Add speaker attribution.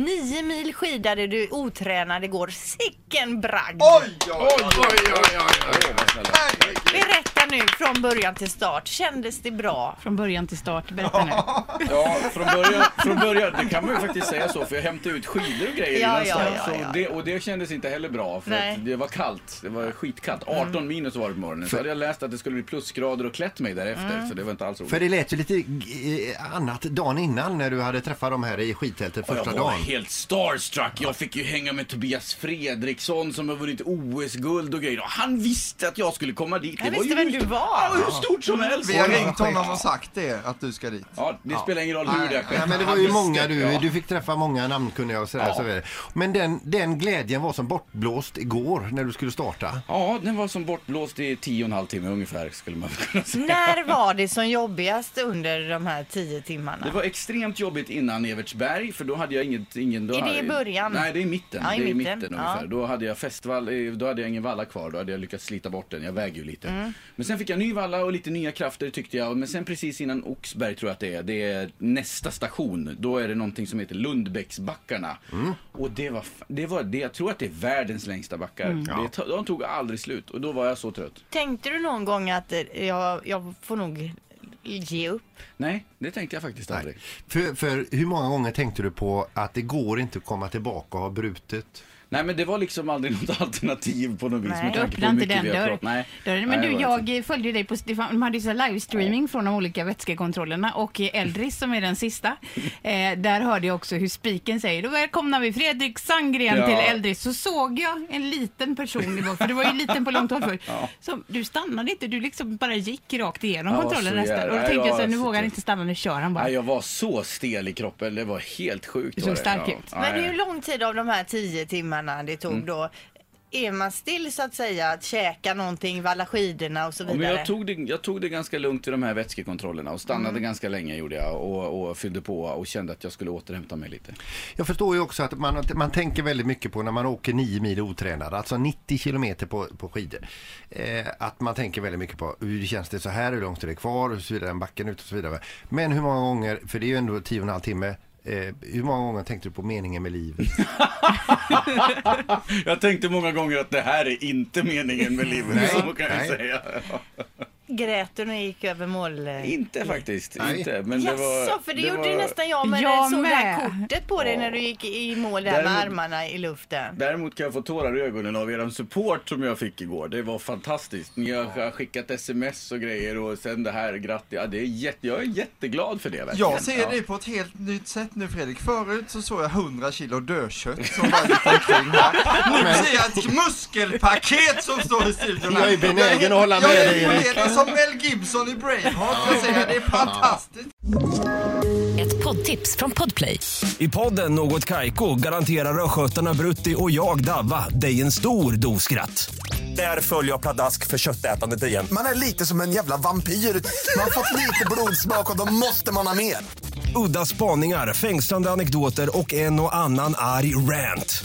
Speaker 1: Nio mil skidade du otränad igår. Sicken bragd!
Speaker 2: Oj, oj, oj,
Speaker 3: Oj, oj, oj, oj, oj.
Speaker 2: herregud.
Speaker 1: Berätta nu från början till start. Kändes det bra?
Speaker 4: Från början till start, berätta nu.
Speaker 3: Ja, från början, från början, det kan man ju faktiskt säga så, för jag hämtade ut skidor och grejer
Speaker 1: Ja,
Speaker 3: innan
Speaker 1: ja,
Speaker 3: start,
Speaker 1: ja,
Speaker 3: så
Speaker 1: ja.
Speaker 3: Det, och det kändes inte heller bra, för
Speaker 1: Nej. Mm.
Speaker 3: att det var kallt. Det var skitkallt. 18 minus var det på morgonen. Så hade jag läst att det skulle bli plusgrader och klätt mig därefter,
Speaker 1: Mm.
Speaker 3: så det var inte alls roligt.
Speaker 2: För det lät ju lite g- eh, annat dagen innan när du hade träffat dem här i skidtältet
Speaker 3: Och
Speaker 2: första
Speaker 3: jag var
Speaker 2: dagen.
Speaker 3: helt starstruck. Jag fick ju hänga med Tobias Fredriksson som har vunnit OS-guld och grejer. Och Han visste att jag skulle komma dit.
Speaker 1: Han
Speaker 3: var
Speaker 1: visste
Speaker 3: ju
Speaker 1: vem du var.
Speaker 3: Ja, hur stort som helst.
Speaker 5: Vi har ringt honom och sagt det, att du ska dit.
Speaker 3: Ja, det spelar ingen roll hur det
Speaker 2: Nej,
Speaker 3: har skett.
Speaker 2: nej, men det var
Speaker 3: Han
Speaker 2: ju
Speaker 3: visste.
Speaker 2: många du,
Speaker 3: Ja.
Speaker 2: du fick träffa många namnkunniga och sådär.
Speaker 3: Ja.
Speaker 2: Så vidare. Men den, den glädjen var som bortblåst igår när du skulle starta.
Speaker 3: Ja, den var som bortblåst i tio och en halv timme ungefär skulle man kunna säga.
Speaker 1: När var det som jobbigast under de här tio timmarna?
Speaker 3: Det var extremt jobbigt innan Evertsberg för då hade jag inget, ingen... Då
Speaker 1: Är det
Speaker 3: hade-
Speaker 1: i början?
Speaker 3: Nej, det är i mitten.
Speaker 1: Ja, i
Speaker 3: det är i
Speaker 1: mitten,
Speaker 3: mitten,
Speaker 1: ja.
Speaker 3: ungefär. Då hade jag festvall, eh, då hade jag ingen valla kvar. Då hade jag lyckats slita bort den. Jag väger ju lite.
Speaker 1: Mm.
Speaker 3: Men sen fick jag ny valla och lite nya krafter tyckte jag. Men sen precis innan Oxberg tror jag att det är, det är nästa station. Då är det någonting som heter Lundbäcksbackarna. Och det var, f- det var det, jag tror att det är världens längsta backar.
Speaker 1: Mm.
Speaker 3: Det, to- de tog aldrig slut och då var jag så trött.
Speaker 1: Tänkte du någon gång att eh, jag, jag får nog ge upp?
Speaker 3: Nej, det tänkte jag faktiskt aldrig.
Speaker 2: Nej. För, för hur många gånger tänkte du på att det går inte att komma tillbaka och ha brutit?
Speaker 3: Nej men det var liksom aldrig något alternativ på något vis.
Speaker 1: Nej.
Speaker 3: med
Speaker 4: Du
Speaker 3: tanke på hur
Speaker 4: öppnade inte
Speaker 3: mycket
Speaker 4: den
Speaker 3: vi har
Speaker 4: dörr,
Speaker 3: pratat- Nej.
Speaker 4: dörren.
Speaker 3: Nej,
Speaker 4: Men
Speaker 3: det
Speaker 4: du,
Speaker 3: var
Speaker 4: jag följde ju dig på, det fan- de hade ju så här livestreaming från de olika vätskekontrollerna och eh, Eldris som är den sista. Eh, där hörde jag också hur spiken säger, då välkomnar vi Fredrik Sandgren
Speaker 3: Ja.
Speaker 4: till Eldris. Så såg jag en liten person, i bak- för det var ju liten på långt håll förr. som- Du stannade inte, du liksom bara gick rakt igenom
Speaker 3: Ja,
Speaker 4: kontrollen
Speaker 3: så
Speaker 4: nästan.
Speaker 3: jävla-
Speaker 4: Och då
Speaker 3: Nej,
Speaker 4: tänkte jag
Speaker 3: jag
Speaker 4: så här, nu
Speaker 3: sitter-
Speaker 4: vågar han inte stanna, nu kör han bara.
Speaker 3: Nej, jag var så stel i kroppen, det var helt sjukt.
Speaker 4: Du
Speaker 3: var
Speaker 4: såg
Speaker 3: det.
Speaker 4: stark
Speaker 3: ja.
Speaker 4: ut.
Speaker 3: Nej. Mm.
Speaker 1: Men hur lång tid av de här tio timmarna det tog då? Är man still så att säga? Att käka någonting, valla skidorna och så
Speaker 3: Ja,
Speaker 1: vidare?
Speaker 3: men jag, tog det, jag tog det ganska lugnt vid de här vätskekontrollerna och stannade
Speaker 4: Mm.
Speaker 3: ganska länge gjorde jag och, och fyllde på och kände att jag skulle återhämta mig lite.
Speaker 2: Jag förstår ju också att man, man tänker väldigt mycket på när man åker 9 mil otränad, alltså 90 kilometer på, på skidor. Eh, att man tänker väldigt mycket på hur känns det så här, hur långt är det kvar, och så vidare, den backen ut och så vidare. Men hur många gånger, för det är ju ändå 10 och en halv timme, eh, hur många gånger tänkte du på meningen med livet?
Speaker 3: Jag tänkte många gånger att det här är inte meningen med livet,
Speaker 2: Nej,
Speaker 3: så kan jag
Speaker 2: nej.
Speaker 3: säga.
Speaker 1: Grät du när du gick över mål? eh,
Speaker 3: inte faktiskt,
Speaker 2: Nej.
Speaker 3: inte. Men det var,
Speaker 1: Jaså, för det, gjorde ju
Speaker 3: var-
Speaker 1: nästan jag med.
Speaker 4: Jag
Speaker 1: Jag såg det här
Speaker 4: med.
Speaker 1: kortet på dig när du gick i mål där med
Speaker 3: Däremot-
Speaker 1: armarna i luften.
Speaker 3: Däremot kan jag få tårar i ögonen av er support som jag fick igår. Det var fantastiskt. Ni har har skickat sms och grejer och sen det här grattis. Ja, det är jätte, jag är jätteglad för det verkligen.
Speaker 5: Jag
Speaker 3: Ja.
Speaker 5: ser dig på ett helt nytt sätt nu Fredrik. Förut så såg jag 100 kilo dödkött som bara gick omkring här. Nu ser jag ett muskelpaket som står i studion här.
Speaker 2: Jag är benägen att hålla med
Speaker 5: jag är
Speaker 2: dig, Erik.
Speaker 5: benägen som Mel Gibson i Braveheart, jag säger det är fantastiskt.
Speaker 6: Ett poddtips från Podplay.
Speaker 7: I podden Något Kaiko garanterar östgötarna Brutti och jag, Davva, dig en stor dos skratt. Där följer jag pladask för köttätandet igen.
Speaker 8: Man är lite som en jävla vampyr. Man har fått lite blodsmak och då måste man ha mer.
Speaker 7: Udda spaningar, fängslande anekdoter och en och annan arg rant.